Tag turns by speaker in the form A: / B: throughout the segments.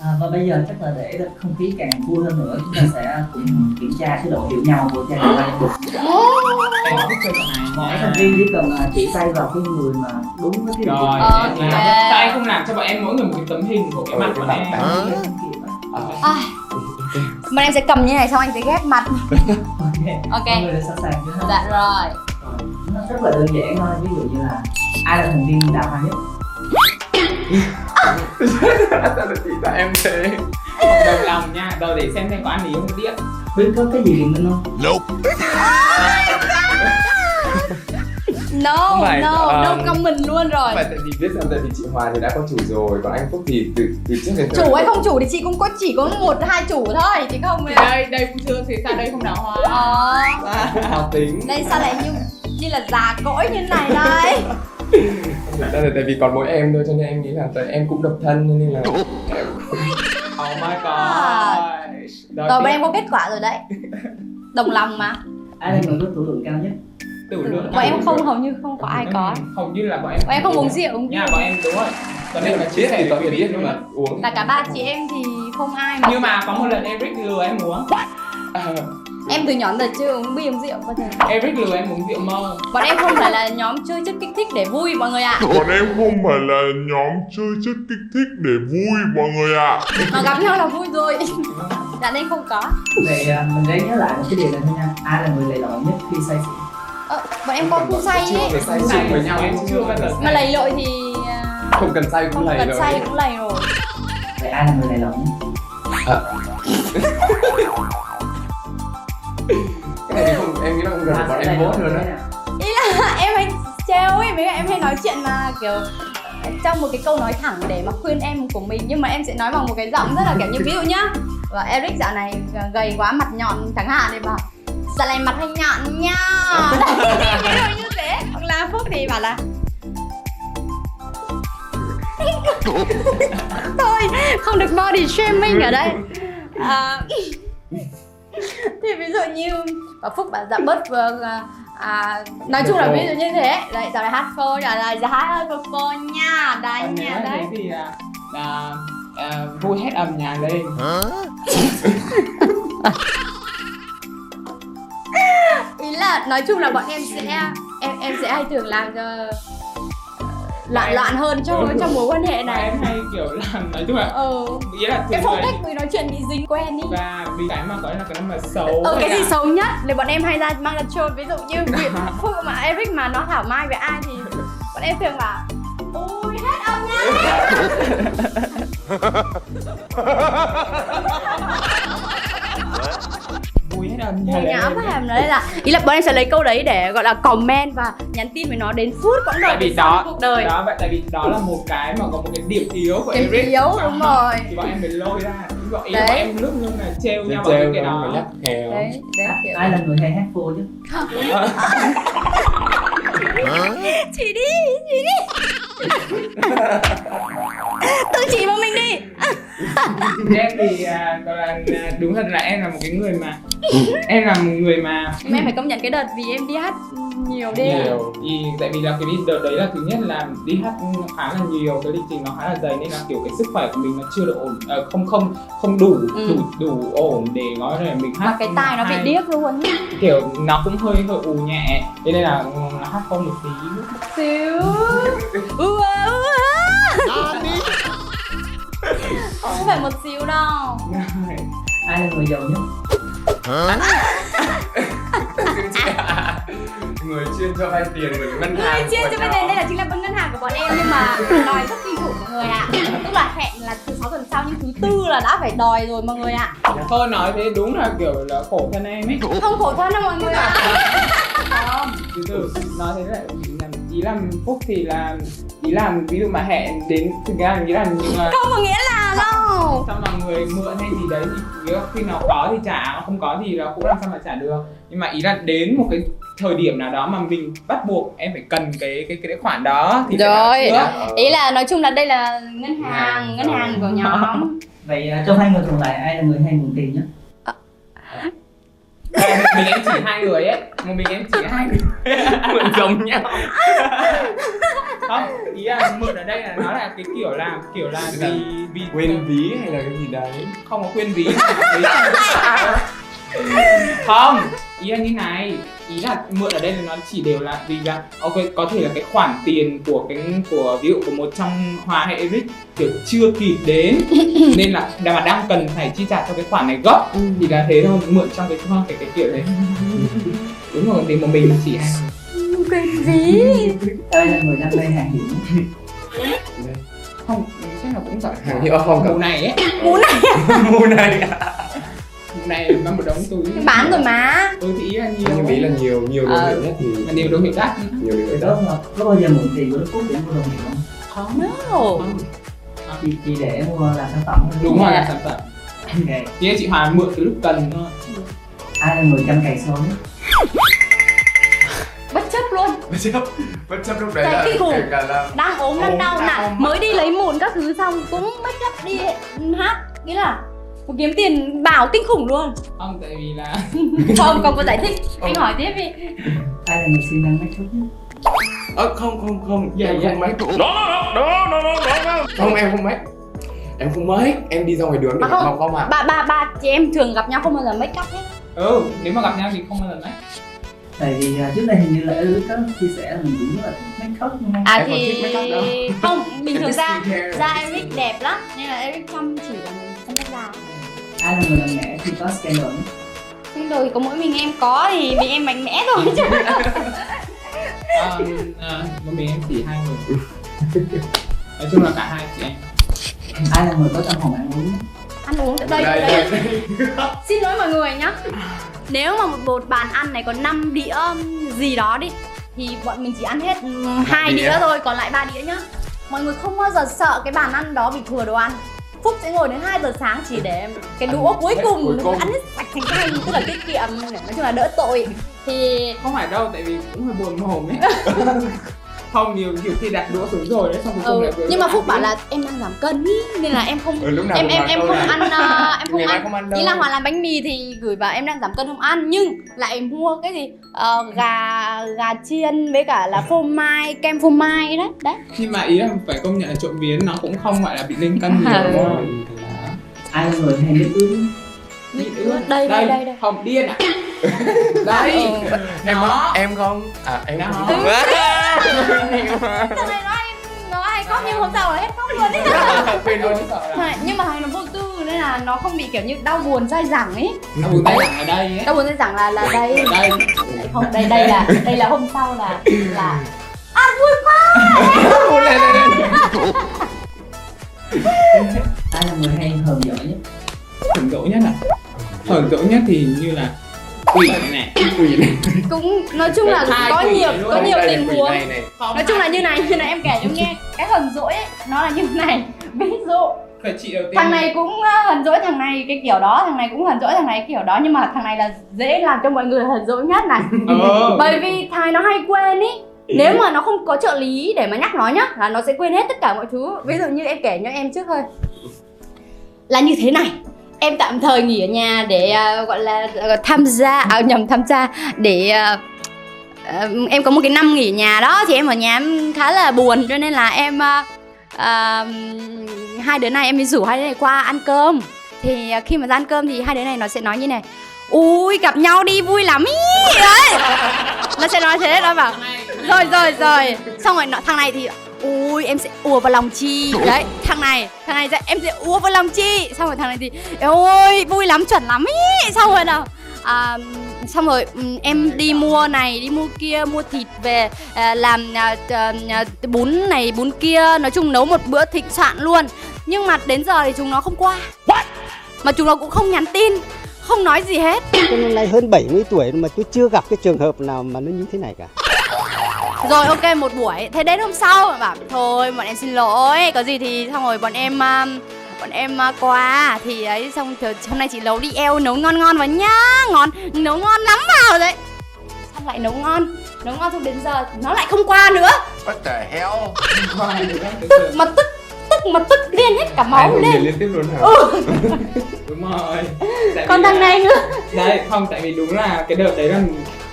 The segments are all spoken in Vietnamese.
A: À, và bây giờ chắc là để không khí càng vui hơn nữa chúng ta sẽ cùng kiểm tra cái độ hiểu nhau của gia đình anh mỗi thành viên chỉ cần à, chỉ tay vào cái người mà đúng với cái
B: Rồi,
A: người
B: ờ,
A: mà-
B: tay không làm cho bọn em mỗi người một cái tấm hình của cái
C: Ừ,
B: mặt
C: cái
B: bọn
C: mặt
B: em Ờ.
C: tay.
A: Cái kiểu đó.
D: Mà em sẽ cầm như này xong anh sẽ ghép mặt
A: Ok,
D: Ok
A: mọi người đã sẵn sàng chưa ha?
D: Dạ rồi
A: Rồi, nó rất là đơn giản thôi ví dụ như là ai là thành viên đã hoa nhất
C: Sao lại chỉ ra em thế?
B: đầu lòng nha đầu để xem xem có ăn gì không biết
A: biết có cái gì biện minh không
D: No,
C: Không phải,
D: no,
C: ờ,
D: no comment luôn rồi
C: Mà tại vì biết rằng tại vì chị Hòa thì đã có chủ rồi Còn anh Phúc thì từ, từ trước đến giờ
D: Chủ hay không chủ thì chị cũng có chỉ có một hai chủ thôi Chứ không
B: đây đây cũng thương thì sao đây không đào hoa
D: Ờ
C: Phúc khó tính
D: Đây sao lại như như là già cỗi như này đây
C: Thực ra là tại vì còn mỗi em thôi cho nên em nghĩ là tại em cũng độc thân cho nên là em
B: oh my
D: À.
B: god
D: Rồi bọn em có kết quả rồi đấy Đồng lòng mà
A: ai là người có tuổi lượng cao nhất
B: tử lượng
D: Bọn em không hầu như không có ai có
B: hầu như là bọn em
D: Bọn em không uống rượu uống
B: nha bọn em đúng rồi còn đây là
C: biết
B: chia
C: thì
B: sẻ
C: có
B: với quý
C: thể biết
B: vị
C: nhưng
B: luôn
C: mà uống
D: Là cả ba chị em thì không ai mà
B: nhưng mà có một lần Eric lừa em uống
C: à,
D: Em từ nhỏ đến giờ chưa uống bia uống rượu bao giờ
B: Eric lừa em uống rượu mơ
D: Bọn em không phải là nhóm chơi chất kích thích để vui mọi người ạ
E: Bọn em không phải là nhóm chơi chất kích thích để vui mọi người ạ
D: Mà gặp nhau là vui rồi
C: Vâng.
D: Dạ đây không có
A: vậy à, mình ráng nhớ lại một cái điều này thôi nha ai là người lầy lội nhất khi say xỉn
D: ờ, Bọn em có khu say
C: Chưa
D: ấy
C: phải say
B: Say
C: chung với nhau
B: em chưa bao giờ
D: Mà lầy lội thì à,
C: Không cần say cũng
D: không
C: lầy
D: cần
C: rồi
D: say cũng lầy rồi
A: vậy ai là người lầy lội nhất
C: Cái này thì không, em nghĩ là không cần phải
A: Và
C: bọn
A: sẽ lầy
C: em
A: lội
C: vốt luôn
A: như
C: á
A: thế nào?
D: À, Em hay treo ấy, mấy em hay nói chuyện mà kiểu trong một cái câu nói thẳng để mà khuyên em của mình nhưng mà em sẽ nói bằng một cái giọng rất là kiểu như ví dụ nhá và Eric dạo này ờ, gầy quá mặt nhọn chẳng hạn thì bảo dạo này mặt hay nhọn nha ví dụ như thế hoặc là phúc thì bảo là thôi không được body shaming ở đây à, thì ví dụ như bảo phúc bảo dạ bớt vừa à, à, nói chung là ví dụ như thế đấy dạo này hát phô dạo này giá hát phô nha đấy
B: còn nếu
D: nha đấy
B: thế thì à, là à, vui hết âm nhạc lên
D: ý là nói chung là bọn em sẽ em em sẽ hay thường làm cho loạn loạn hơn trong trong mối quan hệ
B: Bọn
D: này
B: em hay kiểu làm nói chung là
D: ờ
B: nghĩa là thường
D: cái phong
B: người-
D: cách người nói chuyện bị dính quen đi
B: và vì cái mà gọi là cái mà xấu
D: ờ cái
B: hay
D: gì
B: là-
D: xấu nhất thì bọn em hay ra mang ra trôi ví dụ như việc phúc mà Eric mà nó thảo mai với ai thì bọn em thường bảo ôi hết âm nha
B: vui hết âm
D: Thì
B: nhạc
D: ngáo
B: lên
D: quá hàm đấy là ý là bọn em sẽ lấy câu đấy để gọi là comment và nhắn tin với nó đến phút quãng đời
B: tại vì
D: về sau
B: đó
D: cuộc đời
B: đó vậy tại vì đó là một cái mà có một cái điểm yếu của
D: Điểm
B: Eric
D: yếu, đúng rồi.
B: thì bọn em phải lôi ra Ý bọn
D: Đấy.
B: em bọn em lúc nhưng là trêu
C: Nên
B: nhau bằng
C: treo
B: những cái
C: nhau mà
B: đó
C: nhắc khéo
D: đấy đấy kiểu
A: ai là người hay hát vô chứ
D: chị đi chị đi tự chỉ vào mình đi
B: em thì à, gọi là à, đúng thật là em là một cái người mà em là một người mà
D: em phải công nhận cái đợt vì em đi hát nhiều đi
C: Nhiều.
B: thì tại vì là cái đi- đợt đấy là thứ nhất là đi hát khá là nhiều cái lịch trình nó khá là dày nên là kiểu cái sức khỏe của mình nó chưa được ổn ờ, không không không đủ
D: Ừ.
B: đủ đủ ổn để nói là mình hát
D: mà cái tai nó bị
B: hay.
D: điếc luôn
B: kiểu nó cũng hơi hơi ù nhẹ thế nên là ừ, nó hát không một tí
D: xíu ua ua không phải một xíu đâu
A: ai là người giàu nhất
C: Người chuyên cho vay tiền người ngân hàng
D: người chia
C: của
D: cho
C: nhau.
D: bên này đây là chính là bên ngân hàng của bọn em nhưng mà đòi rất kinh khủng mọi người ạ tức là hẹn là thứ sáu tuần sau nhưng thứ tư là đã phải đòi rồi mọi người ạ
B: thôi nói thế đúng là kiểu là khổ thân em ấy
D: không khổ thân đâu mọi người ạ
B: không từ từ nói thế là làm ý làm phúc thì là ý làm ví dụ mà hẹn đến thực ra ý làm nhưng mà
D: không có nghĩa là đâu
B: xong là người mượn hay gì đấy thì ý là khi nó có thì trả nó không có thì là cũng làm sao mà trả được nhưng mà ý là đến một cái thời điểm nào đó mà mình bắt buộc em phải cần cái cái cái khoản đó thì phải
D: Rồi.
B: làm trước.
C: Ờ.
D: ý là nói chung là đây là ngân hàng ngân hàng của nhóm
A: vậy à, trong hai người còn lại ai là người hay nguồn tiền nhất
B: Và một mình em chỉ hai người ấy một mình em chỉ hai người mượn giống nhau không ý là mượn ở đây là nó là cái kiểu là kiểu là vì vì
C: quên ví hay là cái gì đấy
B: không có quên ví Ví là- không ý là như này ý là mượn ở đây là nó chỉ đều là vì là ok có thể là cái khoản tiền của cái của ví dụ của một trong hòa hay eric kiểu chưa kịp đến nên là là bạn đang cần phải chi trả cho cái khoản này gấp thì là thế thôi mượn trong cái trong cái cái kiểu đấy đúng rồi thì một mình chỉ hay
D: cái gì
A: Đây là người đam mê hàng hiểm
B: không chắc là cũng giỏi
C: hàng hiệu không
B: mù này ấy
C: cả mua này
B: mù này là một đống túi
D: bán rồi má
B: tôi thì ý là nhiều
C: nhưng ý là nhiều nhiều đồ
D: Ờ.
C: hiệu nhất thì
B: mà nhiều đồ hiệu đắt
C: nhiều đồ
A: Vậy
C: hiệu nhất
A: có, có bao giờ mượn tiền của Đức Phúc để mua đồ hiệu không?
B: không
D: Ồ,
A: Chỉ, chỉ để mua làm sản phẩm thôi.
B: đúng rồi là
D: Dạ.
B: sản phẩm
A: Ok.
B: Thế chị Hòa mượn từ lúc cần thôi
A: Ai là người chăm cày số nhất?
D: bất chấp luôn
C: bất chấp bất chấp lúc
D: Chạy kinh khủng.
C: cả là
D: đang ốm đang
C: Ốm,
D: đau
C: đang
D: nặng
C: ốm.
D: mới đi lấy mụn các thứ xong cũng bất chấp đi hát nghĩa là một kiếm tiền bảo kinh khủng luôn
B: không tại vì là
D: không còn có giải thích anh hỏi tiếp đi
A: Ai là người siêng năng make up nhất?
C: Ơ, Ờ, không không không
B: Dạ,
C: em
B: dạ.
C: không make
E: Đó, đó, đó, đó, đó.
C: không em không make em không make em đi ra ngoài đường để
D: À, không.
C: mặc vào mặt
D: bà bà bà chị em thường gặp nhau không bao giờ make up hết
B: ừ nếu mà gặp nhau thì không bao giờ đấy
A: Tại vì à, trước đây hình như là Đức có chia sẻ là mình cũng rất là thích make up nhưng mà
D: à
C: Em còn
D: thì
C: thích make up đâu.
D: không bình thường ra
C: Skincare.
D: da Eric đẹp lắm nên là Eric chăm chỉ là mình chăm sóc da
A: ai là người làm nhẹ khi có scandal nhất?
D: nhưng đồ thì có mỗi mình em có thì mình em mạnh mẽ thôi chứ
B: à, à, một mình em chỉ hai người nói chung là cả hai chị em
A: Ai là người có tâm hồn ăn uống nhất?
D: ăn uống tại đây,
C: Đây,
D: đây.
C: đây, đây.
D: xin lỗi mọi người nhá nếu mà một một bàn ăn này có 5 đĩa um, gì đó đi thì bọn mình chỉ ăn hết um, hai
C: đĩa.
D: đĩa. thôi còn lại ba đĩa nhá mọi người không bao giờ sợ cái bàn ăn đó bị thừa đồ ăn phúc sẽ ngồi đến 2 giờ sáng chỉ để cái đũa cuối
C: hết
D: cùng,
C: cuối cùng.
D: ăn hết sạch thành canh tức là tiết kiệm để nói chung là đỡ tội thì
B: không phải đâu tại vì cũng hơi buồn mồm ấy không nhiều kiểu khi đặt đũa xuống rồi đấy xong cuối cùng
D: ừ.
B: lại vừa-
D: nhưng mà phúc bảo là em đang giảm cân ý, nên là em không
C: ừ, lúc nào
D: em
C: cũng
D: em
C: mặc
D: em
C: đâu
D: không
C: là-
D: ăn ờ, em không
C: ngày mai
D: ăn
C: không ăn
D: ý là
C: đâu
D: hòa làm bánh mì thì gửi vào em đang giảm cân không ăn nhưng lại mua cái gì Ờ, gà gà chiên với cả là phô mai kem phô mai đấy đấy
B: nhưng mà ý là phải công nhận là trộm vía nó cũng không gọi là bị lên cân nhiều
D: Ừ.
B: đúng không?
A: Ai là người hay biết ướt nhất?
B: Đi
D: Đây,
B: ướt.
D: Ừ. đây, đây, đây.
B: không điên à đấy
D: Ờ.
B: em
C: em không à em
B: Đó.
C: không
D: Sau này nó hay nó hay khóc nhưng hôm sau là hết khóc luôn ấy
B: quên luôn sợ là
D: Này, nhưng mà thầy nó vô tư nên là nó không bị kiểu như đau buồn dai dẳng ấy
B: nó bùng tay ở đây ấy
D: đau buồn dai dẳng là là đây
B: ở đây
D: không đây đây là đây là hôm sau là là à vui quá
C: lên lên lên
A: Ai là người hay hờn dở nhất?
B: hưởng dỗ nhất à hưởng dỗ nhất thì như là quỷ này
C: quỷ này
D: cũng nói chung là
B: Hai
D: có
B: quỷ
D: nhiều
B: luôn.
D: có nhiều
C: Đây là
D: tình
C: quỷ
D: huống
C: này này
D: nói chung là như này như này em kể cho nghe cái hờn dỗi ấy nó là như này ví dụ
B: phải chị đầu tiên
D: thằng này cũng ờ, hờn dỗi thằng này cái kiểu đó thằng này cũng hờn dỗi thằng này cái kiểu đó nhưng mà thằng này là dễ làm cho mọi người hờn dỗi nhất này
B: ờ
D: bởi vì thằng nó hay quên ý nếu mà nó không có trợ lý để mà nhắc nó nhá là nó sẽ quên hết tất cả mọi thứ ví dụ như em kể cho em trước thôi là như thế này em tạm thời nghỉ ở nhà để ờ, gọi là ờ, tham gia à, nhầm tham gia để ờ, ờ, em có một cái năm nghỉ nhà đó thì em ở nhà em khá là buồn cho nên là em ờ, ờ, hai đứa này em mới rủ hai đứa này qua ăn cơm thì ờ, khi mà ra ăn cơm thì hai đứa này nó sẽ nói như này ui gặp nhau đi vui lắm ý đấy nó sẽ nói thế nó bảo rồi rồi rồi xong rồi nó, thằng này thì ui em sẽ ùa vào lòng chi đấy thằng này thằng này sẽ em sẽ ùa vào lòng chi xong rồi thằng này thì ôi vui lắm chuẩn lắm ý xong rồi nào à, xong rồi ừm, em đi mua này đi mua kia mua thịt về à, làm à, à, à, bún này bún kia nói chung nấu một bữa thịnh soạn luôn nhưng mà đến giờ thì chúng nó không qua mà chúng nó cũng không nhắn tin không nói gì hết
F: Tôi năm nay hơn 70 tuổi mà tôi chưa gặp cái trường hợp nào mà nó như thế này cả.
D: Rồi ok một buổi Thế đến hôm sau bảo thôi bọn em xin lỗi Có gì thì xong rồi bọn em um, bọn em uh, qua thì ấy xong thì hôm nay chị nấu đi eo nấu ngon ngon vào nhá ngon nấu ngon lắm vào đấy xong lại nấu ngon nấu ngon xong đến giờ nó lại không qua nữa
C: what the hell
D: tức mà tức tức mà tức lên hết cả
C: Hai
D: máu
C: người
D: lên Ừ.
C: liền liên tiếp luôn hả
B: đúng rồi Tại
D: còn
B: vì
D: thằng
B: là-
D: này nữa
B: đấy không tại vì đúng là cái đợt đấy là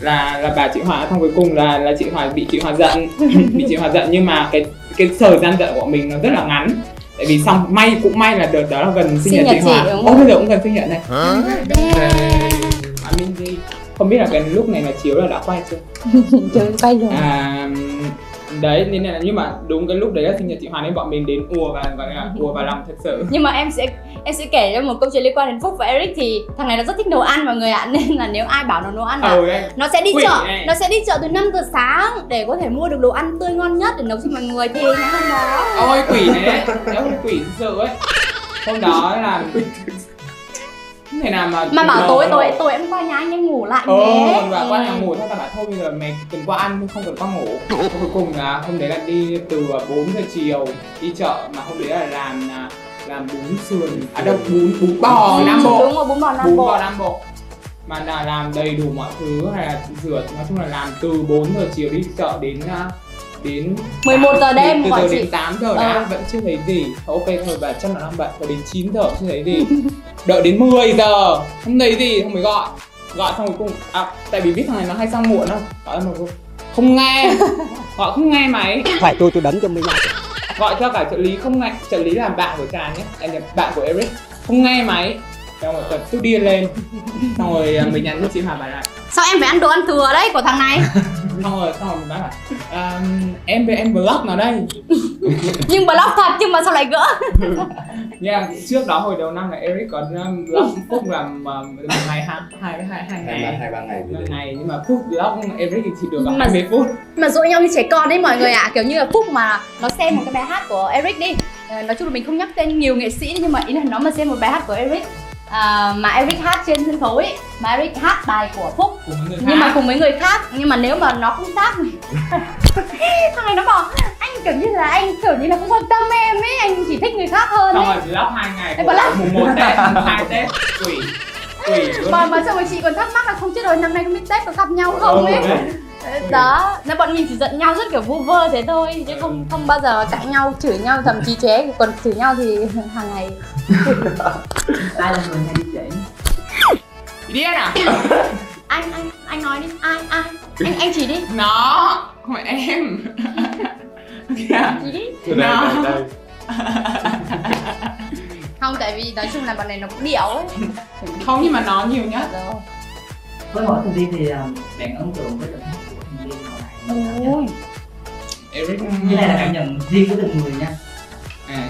B: là là bà chị Hòa xong cuối cùng là là chị Hòa bị chị Hòa giận bị chị Hòa giận nhưng mà cái cái thời gian giận của mình nó rất là ngắn tại vì xong may cũng may là đợt đó là gần sinh,
D: Sinh
B: nhật
D: nhật
B: chị
D: chị,
B: Hòa
D: đúng
B: ôi
D: không?
B: bây giờ cũng gần sinh nhật này
D: Damn.
B: à, mình thì không biết là cái lúc này là chiếu là đã quay chưa
D: Trời quay rồi
B: à đấy nên là nhưng mà đúng cái lúc đấy là sinh nhật chị Hòa nên bọn mình đến ùa và gọi là ùa vào lòng thật sự
D: nhưng mà em sẽ em sẽ kể cho một câu chuyện liên quan đến Phúc và Eric thì thằng này nó rất thích nấu ăn mọi người ạ nên là nếu ai bảo nó nấu ăn là
B: ừ đấy
D: nó sẽ đi
B: Quỷ
D: chợ
B: này.
D: nó sẽ đi chợ từ 5 giờ sáng để có thể mua được đồ ăn tươi ngon nhất để nấu cho mọi người thì ngày hôm đó
B: ôi quỷ này đấy đấy là quỷ thực sự ấy hôm đó là không thể nào mà
D: mà bảo
B: lờ
D: tối
B: đâu.
D: tối tối em qua nhà anh em ngủ lại
B: Ờ,
D: nhé
B: còn bà
D: Ừ.
B: qua nhà ngủ thôi, ta bảo thôi bây giờ mày cần qua ăn nhưng không cần qua ngủ Thế Cuối cùng là hôm đấy là đi từ 4 giờ chiều đi chợ mà hôm đấy là làm à, làm bún sườn À đâu, bún, bún bò
D: Ừ,
B: Nam Bộ
D: đúng rồi bún bò nam
B: Bún
D: bộ
B: bò Nam Bộ Mà là làm đầy đủ mọi thứ hay là rửa Nói chung là làm từ 4 giờ chiều đi chợ đến à, đến
D: 11 giờ đêm
B: từ
D: gọi
B: giờ
D: chị
B: đến 8 giờ
D: Ờ.
B: đã vẫn chưa thấy gì Thôi, ok thôi bà chắc là đang bận rồi đến 9 giờ chưa thấy gì đợi đến 10 giờ không thấy gì không mới gọi gọi xong rồi cùng à tại vì biết thằng này nó hay sang muộn không gọi là một cuộc. không nghe gọi không nghe máy
F: phải tôi tôi đấm cho mình
B: gọi cho cả trợ lý không nghe trợ lý là bạn của trà nhé à, nhầm, bạn của eric không nghe máy xong rồi tập tôi điên lên xong rồi à, mình nhắn cho chị hòa bảo là
D: sao em phải ăn đồ ăn thừa đấy của thằng này
B: xong rồi xong rồi mình bảo là à, em em block nó đây
D: nhưng block thật nhưng mà sao lại gỡ
B: nha trước đó hồi đầu năm là Eric có um, lóc Phúc làm uh, một ngày hai hai hai hai ngày hai ba ngày ngày nhưng mà Phúc lóc Eric thì chỉ được
D: Mà-
B: 20 phút
D: mà dỗ nhau như trẻ con đấy mọi người ạ kiểu như là phúc mà nó xem một cái bài hát của eric đi Ờ, nói chung là mình không nhắc tên nhiều nghệ sĩ nhưng mà ý là nó mà xem một bài hát của eric à, mà eric hát trên sân khấu ấy mà eric hát bài của phúc
B: của người
D: nhưng mà
B: khác
D: cùng với người khác nhưng mà nếu mà nó không tác thằng này nó bảo anh kiểu như là anh kiểu như là không quan tâm em ấy anh chỉ thích người khác hơn
B: xong
D: ấy
B: rồi lóc hai ngày
D: Em
B: của
D: block.
B: mùng một Tết mùng hai Tết quỷ quỷ luôn
D: mà mà xong rồi chị còn thắc mắc là không chết rồi năm nay không biết tết có gặp nhau không ấy
B: Ừ, đấy.
D: đó nên bọn mình chỉ giận nhau rất kiểu vu vơ thế thôi chứ không không bao giờ cãi nhau chửi nhau thậm chí chế còn chửi nhau thì hàng ngày
A: ai là người hay đi trễ
B: điên à
D: anh anh anh nói đi ai ai anh anh chỉ đi
B: nó không phải em Dạ. Kìa.
D: chỉ đi
B: nó
D: không tại vì nói chung là bọn này nó cũng điệu ấy
B: không nhưng mà nó nhiều nhất
D: Rồi.
A: với mỗi thành viên thì ờ, bạn ấn tượng với tình huống của thành viên nào lại
D: ôi
B: Eric
A: như này là cảm nhận riêng của từng người nha
B: à,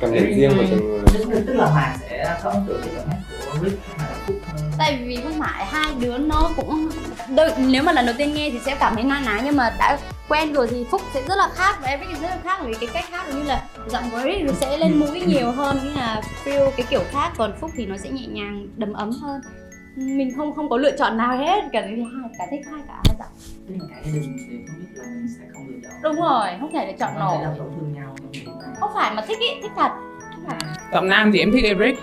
C: cảm nhận riêng của từng người
A: tức, tức là hoàng sẽ có ấn tượng với giọng hát của rick hay là phúc hơn
D: tại vì không phải hai đứa nó cũng đôi, nếu mà lần đầu tiên nghe thì sẽ cảm thấy na ná nhưng mà đã quen rồi thì phúc sẽ rất là khác và Eric thì rất là khác vì cái cách hát giống như là giọng của Eric nó sẽ lên mũi nhiều hơn như là feel cái kiểu khác còn phúc thì nó sẽ nhẹ nhàng đầm ấm hơn mình không không có lựa chọn nào hết cả vì hai cả thích hai cả hai giọng
A: tức là cả gia đình thì không biết là mình sẽ không lựa chọn
D: đúng rồi không thể lựa chọn
A: Có thể
D: nổi
A: là tổn thương nhau trong việc này.
D: không phải mà thích ý thích thật
B: giọng nam thì em thích Eric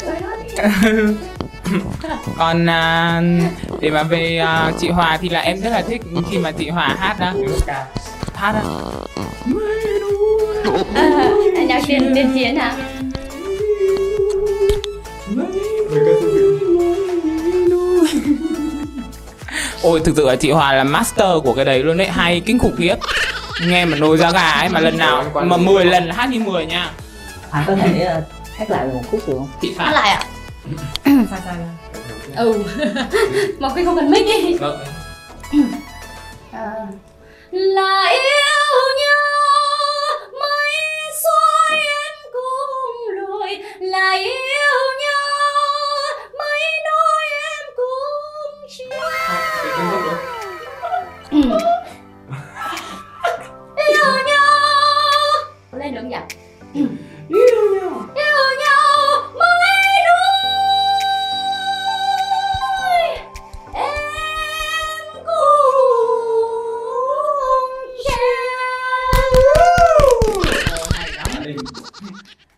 D: Trời ơi.
B: còn à, để mà về à, chị Hòa thì là em rất là thích khi mà chị Hòa hát đó hát đó
D: à, nhạc tiền tiền chiến hả
B: ôi thực sự là chị Hòa là master của cái đấy luôn đấy hay kinh khủng khiếp nghe mà nồi da gà ấy mà lần nào mà 10 lần là hát như 10 nha
A: hoàng có thể ờ, hát lại một khúc được không
B: chị
D: hát
B: Hòa
D: lại à? ạ ừ mà Quynh không cần mic đi
B: Vâng.
D: là yêu